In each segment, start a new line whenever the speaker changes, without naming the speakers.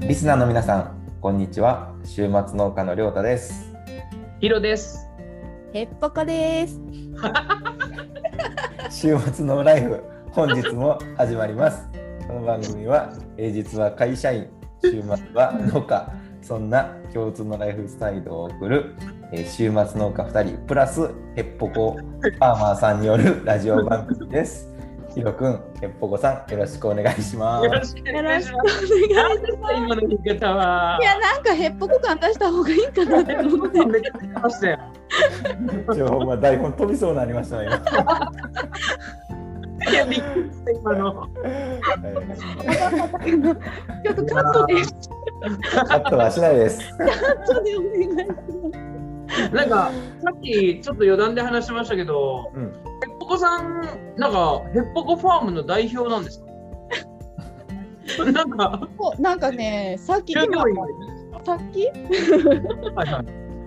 リスナーの皆さん、こんにちは。週末農家のりょうたです。
ヒロです。
へっぽこです。
週末のライフ、本日も始まります。この番組は、平日は会社員、週末は農家、そんな共通のライフスタイルを送る、えー週末農家2人、プラスヘッポコファーマーさんによるラジオ番組です。ひろくん、ヘッポコさん、よろしくお願いしま
よろ
す。
しくお
よ
願
ろ
い
し
し
くお
ます。
願いしま
今の言い方は
す。い。や、なんかへっぽこ感出した方がいいかなって思 って。
めっちゃ出ましたよ。
情報が台本飛びそうになりましたね。今
いや、びっくりした、今の。
はい
ちょっとカットで、
カットはしないです。
カットでお願いし
なんか、さっきちょっと余談で話しましたけど、
うん
ヘッポコさん、なんか、ヘッポコファームの代表なんですかなんか、
ます。なんかね、さっき、
従業員
さっき、
はいはい。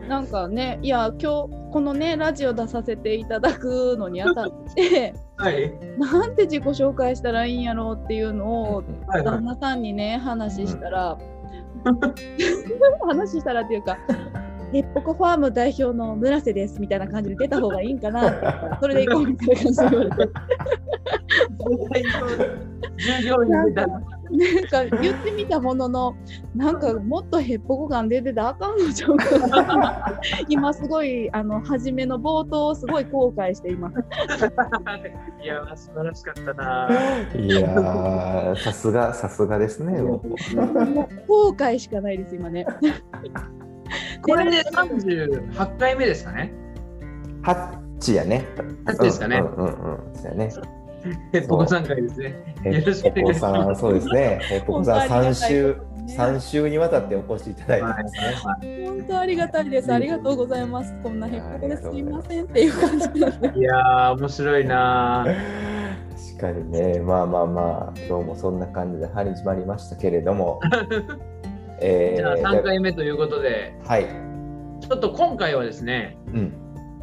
なんかね、いや、今日、このね、ラジオ出させていただくのにあたって。
はい。
なんて自己紹介したらいいんやろうっていうのを
はいはい
旦那さんにね話したら、 話したらっていうか「ヘッポコファーム代表の村瀬です」みたいな感じで出た方がいいんかなって 言ったらそれでいこうみたいな感じで言われて
代表従業員みたいな。
なんか言ってみたもののなんかもっとヘッポコ感出てたらあかんのちゃうかな今すごいあの初めの冒頭をすごい後悔しています
いや、素晴らしかったな。
いやー、さすが、さすがですね。もう
もう後悔しかないです 今ね
これで38回目ですかね。
ハッチやね。
ハッチですかね
うんうんうん。そうやね。
ヘッポコさん回ですね。
え
よろしくお願いします
お子さん、そうですね。えお子さん、
本当あり
三
がたい
週、
ね
三週にわたってお越しいただいてますね。
本当ありがたいです。ありがとうございます。こんなへっぽこですいませんっていう感じなんで。
いやー、面白いな。
確かにね、まあまあまあ、今日もそんな感じで始まりましたけれど も。え
じゃあ
ー、
3回目ということで、
はい。
ちょっと今回はですね、
うん。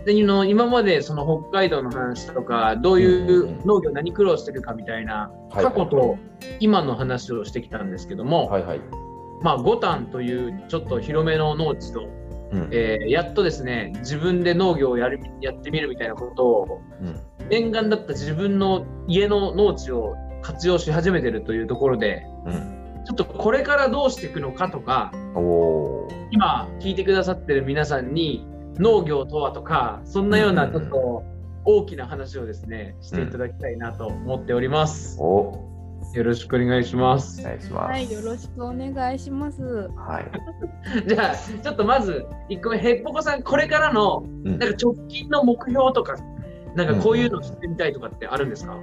であの今までその北海道の話とか、どういう農業、何苦労してるかみたいな、
はい
過去。と今の話をしてきたんですけども、
はいはい。
まあ、五反というちょっと広めの農地と、
うん。
えーやっとですね、自分で農業をやるやってみるみたいなことを、
うん
念願だった自分の家の農地を活用し始めてるというところで、
うん。
ちょっとこれからどうしていくのかとか、
おおー。
今聞いてくださってる皆さんに農業とはとかそんなようなちょっと大きな話をですねしていただきたいなと思っております、
おお
よろしくお願いします
願いします。
はい、よろしくお願いします。
はい。
じゃあちょっとまず1個目へっぽこさんこれからの
うん
なんか直近の目標とかなんかこういうの知ってみたいとかってあるんですか、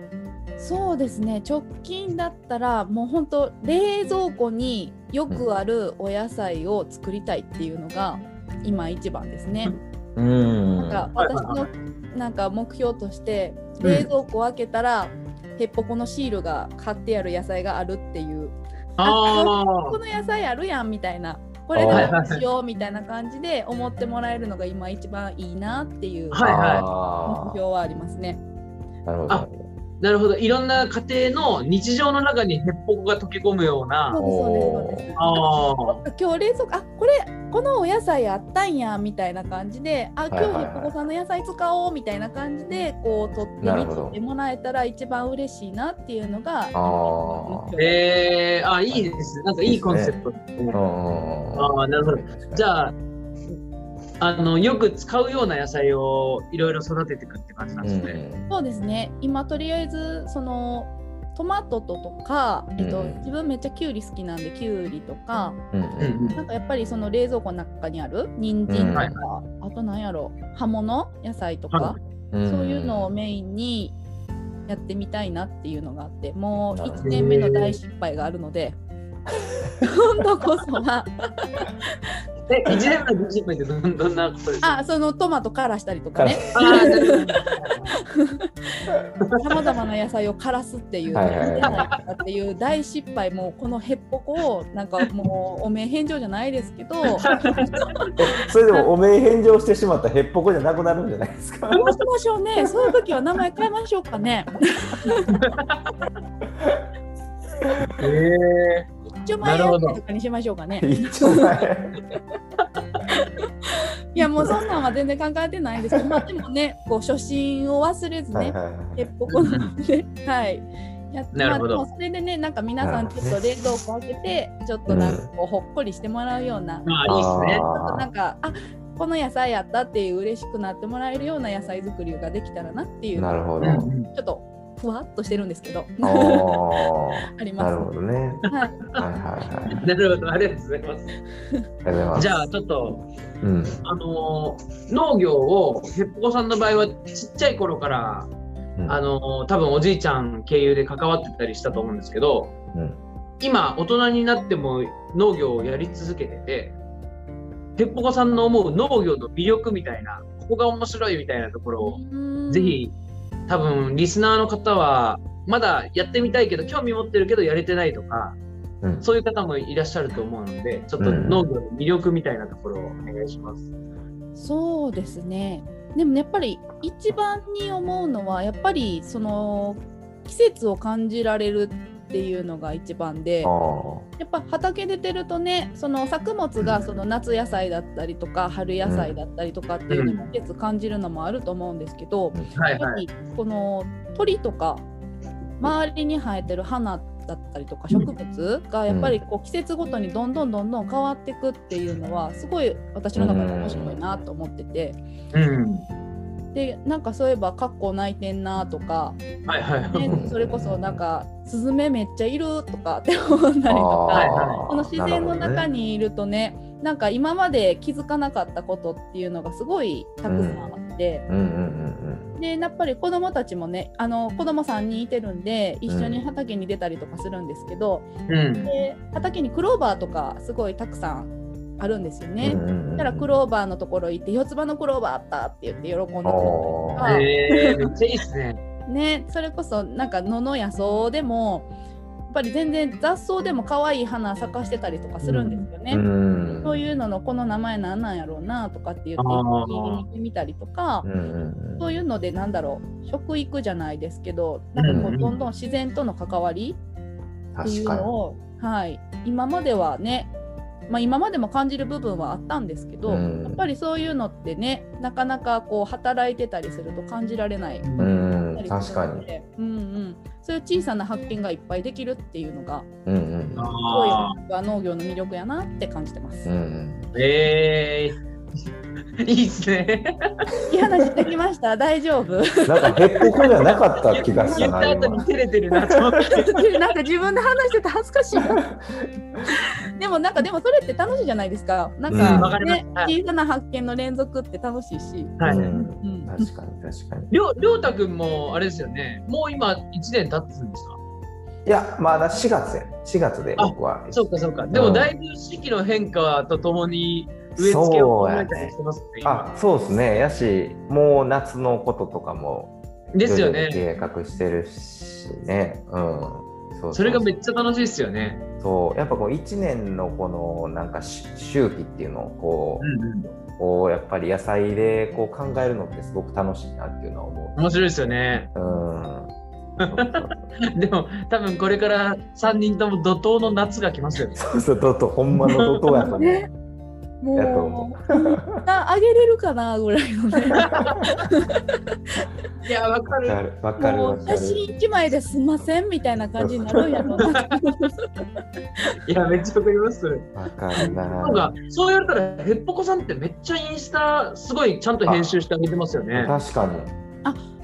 そうですね。直近だったらもう本当冷蔵庫によくあるお野菜を作りたいっていうのが今一番ですね。
うん。
なんか
はい
私のなんか目標として冷蔵庫を開けたら、ヘッポコのシールが買ってある野菜があるっていう
あ
こ
ー
の野菜あるやんみたいなこれ
はい
はい
どうしようみたいな感じで思ってもらえるのが今一番いいなっていう
はいはい
目
あ
標はありますね。
ーなるほ
あ
ど。
なるほどいろんな家庭の日常の中にへっぽこが溶け込むよう
そ
な
うですそうですそうです。
あー
今日冷蔵庫あこれこのお野菜あったんやみたいな感じであ
いは
今
いは
日
い
ヘッポコさんの野菜使おうみたいな感じでこう取って
なる
み
ほど
てもらえたら一番嬉しいなっていうのが
あー
目
えー、あいいですねなんかいいコンセプトですね
あ
ああ、なるほど。
ど
じ
あ、
ゃあ、あの、よく使うような野菜をいろいろ育てていくって感じなん
う
です
ん
ね。
そうですね今とりあえずそのトマトととか、えっと
うん
自分めっちゃきゅうり好きなんできゅうりとか、
うん
うん
うん
うん
なんかやっぱりその冷蔵庫の中にある人参とか、あとなんやろ葉物野菜とか、
は
うん
そういうのをメインにやってみたいなっていうのがあってもう
なるほど
1年目の大失敗があるので今度こそは
え、1年目の50分ってどんどんな ことですか
あそのトマトからしたりとかね
あーなるほど
さまざまな野菜を枯らすっていう、
はいはいはい
出ないとかっていう大失敗もこのへっぽこをなんかもうおめえ返上じゃないで すけどどうし
えそれでもおめえ返上してしまったへっぽこじゃなくなるんじゃないです か
ましょうねそういう時は名前変えましょうかね
え
一応
な
前
る
や
ほ
っ
ど
たとかにしましょうかね。
一応前
いやもうそんなんは全然考えてないんで すけど、まあでもね、こう初心を忘れ ず
はい
ね、
はいはい
ヘッポコなんで、はい。やって
なるほど
まあ、でもそれでね、なんか皆さんちょっと冷蔵庫開けて、ちょっとなんかこうほっこりしてもらうような、
まあいいですね。
あー
なんか、あこの野菜やったっていう嬉しくなってもらえるような野菜作りができたらなっていう、ち
なるほど。
うん
ょっとふわっとしてるんですけど、
お ー
あり
なる
ま
ほどね。
す。はい、
はいはいはい。
なるほど、ありがとうございます。
ありがとうございます。
じゃあ、ちょっと、
うん。
あのー農業を、ヘッポコさんの場合は、ちっちゃい頃から、
うん
あのー多分おじいちゃん経由で関わってたりしたと思うんですけど、
うん
今、大人になっても農業をやり続けてて、ヘッポコさんの思う農業の魅力みたいな、ここが面白いみたいなところを、ぜひ多分リスナーの方はまだやってみたいけど興味持ってるけどやれてないとか
うん
そういう方もいらっしゃると思うのでちょっと農業の魅力みたいなところをお願いします。
そうですね。でもやっぱり一番に思うのはやっぱりその季節を感じられるっていうのが一番で
あ、ー
やっぱ畑出てるとね、その作物
う
が
ん
その夏野菜だったりとか春野菜だったりとかっていうのも季節感じるのもあると思うんですけど、
はい
やっぱ
はい、
りこの鳥とか周りに生えてる花だったりとか植物がやっぱりこう季節ごとにどんどんどんどん変わっていくっていうのはすごい私の中で面白いなと思ってて。
うん
でなんかそういえば「カッコ泣いてんな」とか、ね、
はいはいはい
それこそなんか「スズメめっちゃいる」とか って思ったりと
は
か
い
あー
この自然の中
なる
にいるとねなんか今まで気づかなかったことっていうのがすごいたくさんあって、
ほどね。うんうん
でやっぱり子どもたちもねあの子ども3人いてるんで一緒に畑に出たりとかするんですけど、
うん
で畑にクローバーとかすごいたくさんあるんですよ
うんうん。
ね。
うんうんうん
だからクローバーのところ行って四つ葉のクローバーあったって言って喜んでくれたりと
あ
か
ー。
えー、めっちゃいいですね。
ね、それこそなんか野の野草でもやっぱり全然雑草でも可愛い花咲かしてたりとかするんですよね。
うん
そういうののこの名前なんなんやろうなとかって言っ
あ
て
ー
聞いてみたりとか
うんうんうん
そういうのでなんだろう食育じゃないですけどなんかこ
うんう
うんどんどん自然との関わりって
確
いう
かに
の。を、はい、今まではね、まあ、今までも感じる部分はあったんですけど、
うん
やっぱりそういうのってねなかなかこう働いてたりすると感じられない部分だったりするので、うんうん、そういう小さな発見がいっぱいできるっていうのが
うんうん
すごい
あ
僕は農業の魅力やなって感じてます。
うんうん。
ーえー、いいですね。
いい話できました大丈夫
なんかヘッポコじゃなかった気がした
言っ
な。
た後
今
に照れてるなと思って。
なんか自分で話してて恥ずかしいな でもなんかでもそれって楽しいじゃないですかなん
うん
わ
か
かります
ね、
は
小さな発見の連続って楽しいし、
は
う
い
ん
うん、
確かに確かに。
りょうりょうたくんもあれですよね。もう今一年経つんですか。
いやまだ4月や。4月で僕は。
そうかそうか。でもだいぶ四季の変化とともに植え付けを考えたりしてますね。
あそうですね。やしもう夏のこととかも
今ですよね。
計画してるしね。うん。そうそう
それがめっちゃ楽しいですよね。
そうやっぱこう1年のこのなんかし周期っていうのをこう、
うん
こうやっぱり野菜でこう考えるのってすごく楽しいなっていうのは思
面白いですよね。
う。うん。
でも多分これから三人とも怒涛の夏が来ますよね。
そうそうそう、とほんまの怒涛やと思う
ね。も
やと思
う、こんなあげれるかなぐらいのね。
いやわか
わ
る。
かるわかる
も
わ
う
か
写
る。
真一枚ですんませんみたいな感じになるんやろうな。
いやめっちゃわかります。
わかる
なん
な。
かそう言われたらヘッポコさんってめっちゃインスタすごいちゃんと編集してあげてますよね。
確かに。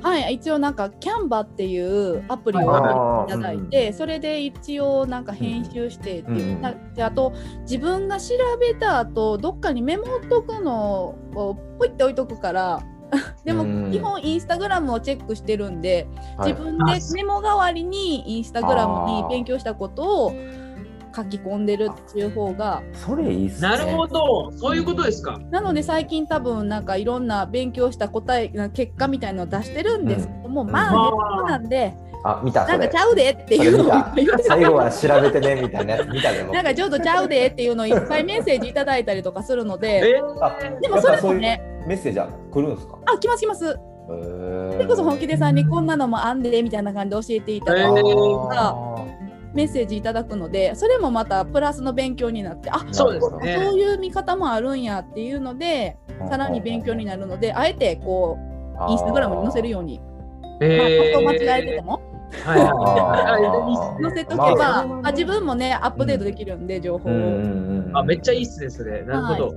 はい、一応なんかキャンバっていうアプリ
はいはい
を
あー
いただいて、それで一応なんか編集してっていうう。
ん
なであと自分が調べた後どっかにメモっとくのをポイって置いとくから。 で
うん
も基本インスタグラムをチェックしてるんで、
うんはい
自分でメモ代わりにインスタグラムに勉強したことを書き込んでるっていう方が
それいいっすね。
なるほど、そういうことですか。
なので最近多分なんかいろんな勉強した答えな結果みたいのを出してるんですけども、まあ
あ
ネ
ー
ットなんで
あ見た
な
そ
んか
れ
ち。ゃうでっていうのをいっぱい言って
最後は調べてねみたいなやつ見たでも。
なんかちょっとちゃうでっていうのをいっぱいメッセージいただいたりとかするので
え
あ
ー
でもそれもね
メッセージは来るんですか。
あ来ます来ます
へー
それこそ本気でさんにこんなのもあんでみたいな感じで教えていただいて
えー
が
あー
メッセージいただくのでそれもまたプラスの勉強になってあ
そうですね
そういう見方もあるんやっていうのでさらに勉強になるのであえてこうインスタグラムに載せるように、まあ
えー、
発想間違えてても
はいはい
載せとけ
ま
ば、
あ
あ自分もねアップデートできるんで、情報
う
を、
んうんうん
あめっちゃいいっすねそれなるほど、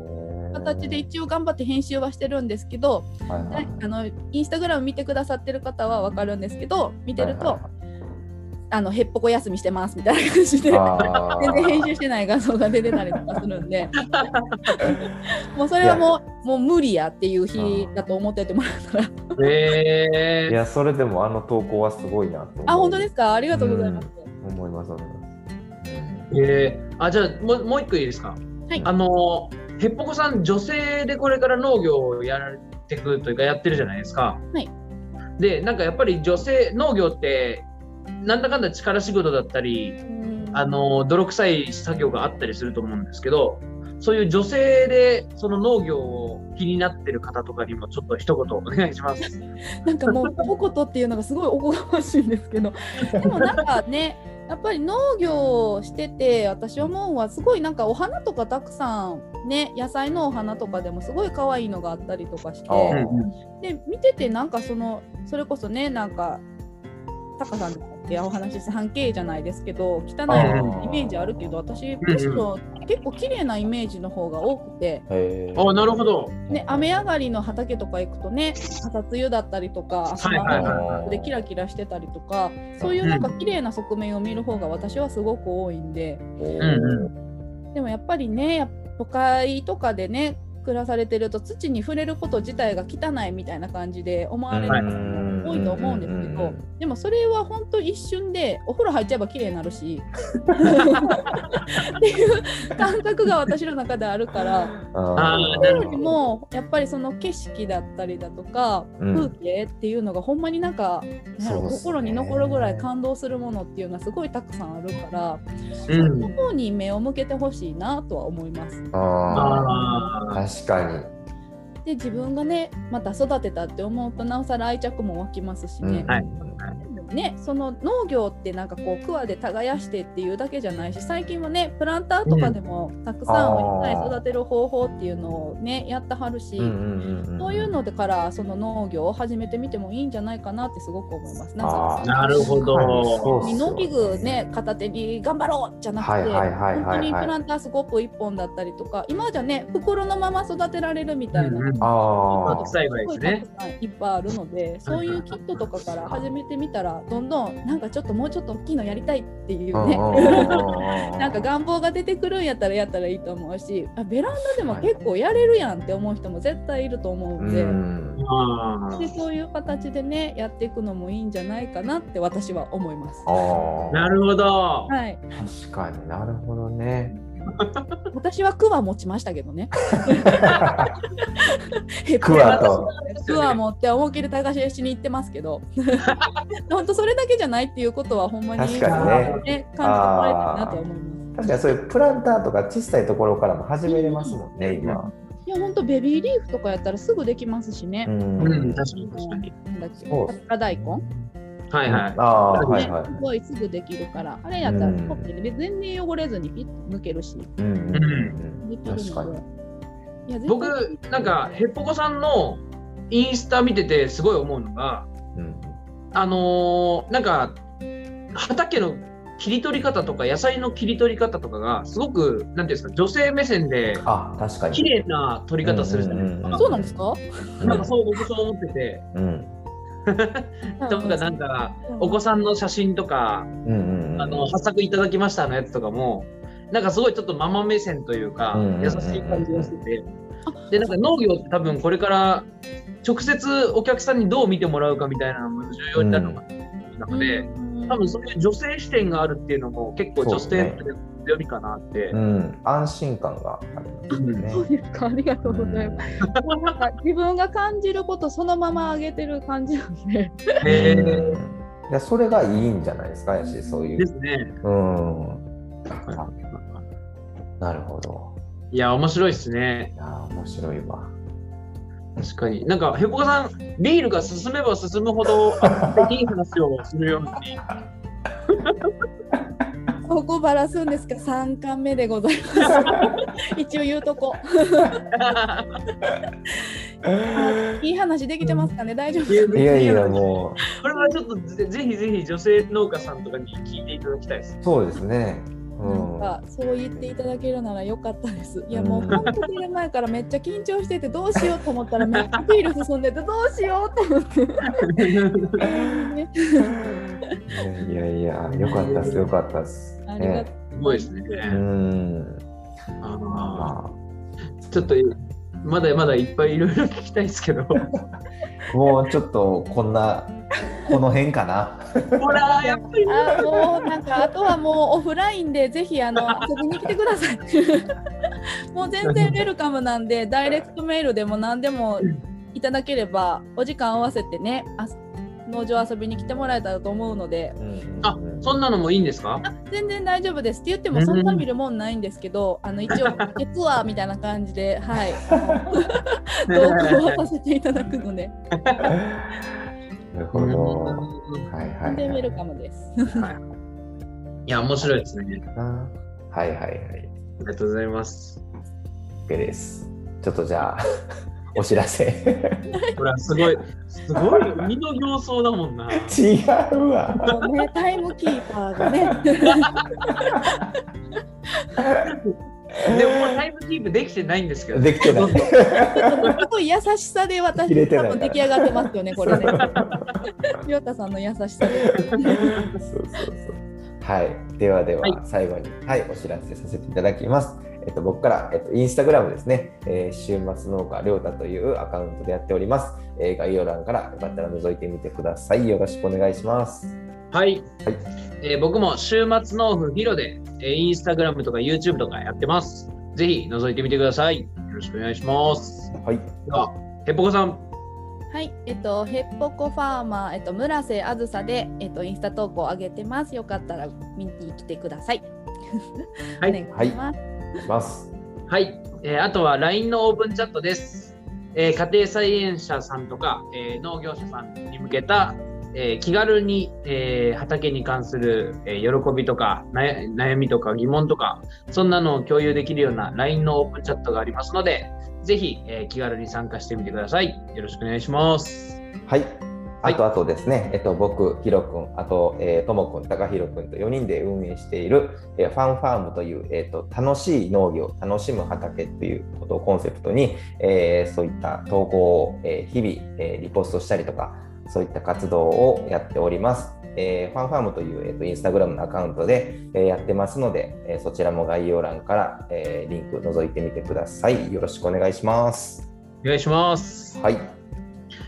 形で一応頑張って編集はしてるんですけど、
はいはい
はいあのインスタグラム見てくださってる方は分かるんですけど見てると、
はい
あのへっぽこ休みしてますみたいな感じで。
はい
全
はい
然編集してない画像が出てたりとかするん でもうそれはもうもう無理やっていう日だと思っててもらったら
え
いやそれでもあの投稿はすごいなと思う
あ本当ですかありがとうございます、
思います思います
ー、えー、あじゃあもうもう一個いいですか
はい
あのへっぽこさん女性でこれから農業をやられていくというかやってるじゃないですか。
はい
でなんかやっぱり女性農業ってなんだかんだ力仕事だったりあの泥臭い作業があったりすると思うんですけどそういう女性でその農業を気になってる方とかにもちょっと一言お願いします。
なんかもう「ポコト」っていうのがすごいおこがましいんです けどでもなんかねやっぱり農業をしてて私思うのはすごいなんかお花とかたくさんね野菜のお花とかでもすごい可愛いのがあったりとかして
あー
うん
で見ててなんかそのそれこそねなんかタカさんってお話しした半径じゃないですけど汚いイメージあるけど私むしろ結構綺麗なイメージの方が多くて。
へー
あなるほど。
ね、雨上がりの畑とか行くとね朝露だったりとか朝
はいはいはい
はい
でキラキラしてたりとかそういうなんか綺麗な側面を見る方が私はすごく多いんで
うん
う
でもやっぱりねやっぱ都会とかでね暮らされてると土に触れること自体が汚いみたいな感じで思われる方も多いと思うんですけ
うんうんうんう
ど
ん
でもそれは本当一瞬でお風呂入っちゃえば綺麗になる しっていう感覚が私の中であるから。
あーな
よりもやっぱりその景色だったりだとか、
うん
風景っていうのがほんまになんか、なんやろ
そうっすね
心に残るぐらい感動するものっていうのはすごいたくさんあるから、
ん。う
そ
ん。
こに目を向けてほしいなとは思います。
あー
あ
確かに
で自分がねまた育てたって思うとなおさら愛着も湧きますしね。
うん
はい
でもね、その農業ってなんかこう桑で耕してっていうだけじゃないし最近はねプランターとかでもたくさんをいっぱい育てる方法っていうのをねやってはるし、
うんうんうんん
そういうのでからその農業を始めてみてもいいんじゃないかなってすごく思います。なん
あ
か
ー
なるほど
そうっすよね
農機具ね片手に頑張ろうじゃなくて、
はいはいはいはいはい
本当にプランタースコープ一本だったりとか今じゃね袋のまま育てられるみたいな。
うんうん
あ
あ
ー
幸いですす
ごい
ね
た。くさんいっぱいあるのでそういうキットとかから始めてみたらどんどんなんかちょっともうちょっと大きいのやりたいっていうねなんか願望が出てくるんやったらやったらいいと思うしあベランダでも結構やれるやんって思う人も絶対いると思うんで。
うん
あー
でそういう形でねやっていくのもいいんじゃないかなって私は思います。
あー
なるほど。
はい、
確かになるほどね。
私はクワ持ちましたけど ね。
クワと
クワ持って思いっきり耕ししに行ってますけど、 本当それだけじゃないっていうことはほんまに
確かにね
ね感じてもらえたらなとは思います。
確かにそういうプランターとか小さいところからも始めれますもんね今。
いや本当ベビーリーフとかやったらすぐできますしね
う。ん
うん、確かに確かに。
なんだっけ、
そう
高大根、
はいはい。
ああーはい
ね
はい
す。ごいすぐできるから、あれやったら
うん
ポッてね全然汚れずにピッと抜けるし、で
うんうんうんうん
きるので
確かに。。
いや
僕なんかへっぽこさんのインスタ見ててすごい思うのが
うん
あのーなんか畑の切り取り方とか野菜の切り取り方とかがすごくなんていうんですか女性目線で
あ確か
綺
に。
麗な取り方するじゃないです
うんうん
か。
そうなんですか？
なんかそう僕そう思ってて
うん
とかなんか
うん
お子さんの写真とか
うんうんうん。
あの発作いただきましたのやつとかもなんかすごいちょっとママ目線というか
うんうんうんうん
優しい感じがしててでなんか農業って多分これから直接お客さんにどう見てもらうかみたいなのも重要になるのかなので多分そういう女性視点があるっていうのも結構女性の強みかなって
う。ん安心感があります
そう
ね。
ですか、ありがとうございます。
す。
なんか自分が感じることそのまま上げてる感じなんで。
へー
いやそれがいいんじゃないですかやしそうい
で
う。
すね。
うん。なるほど。
いや面白いですね
いやー面白いわ。
確かになんかへぽこさんビールが進めば進むほどあいい話をするように
そこばらすんですか三巻目でございます 一応言うとこいい話できてますかね大丈夫
いやいやも
これはちょっとぜぜひぜひ女性農家さんとかに聞いていただきたいです
うそうですね。う
なん
ん。
かそう言っていただけるなら良かったです。いやもう
うん
本当に出る前からめっちゃ緊張しててどうしようと思ったらめっちゃビール進んでてどうしようと思って。ね
いやいやよかったですよかったです。
ありがと
ね。
すごいですね、
うん。
あ
ま
ーちょっとまだまだいっぱいいろいろ聞きたいですけど ほ
あもうちょっとこんなこの辺かな。
らやっぱり
あもうなんかあとはもうオフラインでぜひあ の遊びに来てください。 もう全然ウェルカムなんでダイレクトメールでも何でもいただければお時間合わせてねあ農場遊びに来てもらえたらと思うので
うん
あそんなのもいいんですか
全然大丈夫ですって言ってもそんな見るもんないんですけど、あの一 応「月は」みたいな感じで はい同行 はさせていただくので
なるほど。はいはい
全
は
然ウェ
い
ルカムです。
いや面白いですね
な。はいはいはい。
ありがとうございます。
OK です。ちょっとじゃあお知らせ。
ほら、す ごい、すごい、身の形相だもんな。
違うわ。
もうねタイムキーパーがね
でも、タイムキープできてないんですけど、
できてない。
すごい優しさで私
切れて
多
ない
分出来上がってますよねこれね。ヨタさんの優しさで。
そうそうそう。はい、ではでは
はい
最後に、はい、お知らせさせていただきます。えっと、僕から、えっと、インスタグラムですね、えー週末農家りょうたというアカウントでやっております、えー概要欄からよかったら覗いてみてください。よろしくお願いします。
はい、
はい
えー僕も週末農夫ヒロで、えー、インスタグラムとか YouTube とかやってます。ぜひ覗いてみてください。よろしくお願いします。
はい、
では、ヘポコさん、
はい、えっと、ヘッポコファーマー、えっと、村瀬あずさで、えっと、インスタ投稿上げてます。よかったら見に来てください。
はい
お願いします。
お願いします。
はい、えーあとは LINE のオープンチャットです。えー家庭菜園者さんとか、えー農業者さんに向けた、えー気軽に、えー畑に関する、えー喜びとか悩悩みとか疑問とかそんなのを共有できるような LINE のオープンチャットがありますのでぜひ、えー気軽に参加してみてください。よろしくお願いします。
はい。
は
あ
い
とあとですね、えっと、僕、ヒロ君、あと、えーとも君、たかひろ君と4人で運営している、えーファンファームという、えーと、楽しい農業、楽しむ畑ということをコンセプトに、えーそういった投稿を、えー日々、えーリポストしたりとか、そういった活動をやっております。えーファンファームという、えーとインスタグラムのアカウントで、えーやってますので、えーそちらも概要欄から、えーリンク覗いてみてください。よろしくお願いします。
お願いします。
はい。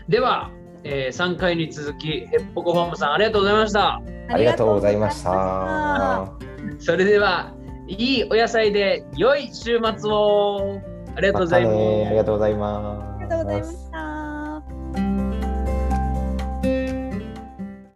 では、え3回に続きヘッポコファームさんありがとうございました。
ありがとうございまし
ありがとうございました
た。
それでは、いいお野菜で良い週末を。ありがとうございます。
ありがとうございます。
ありがとうございました。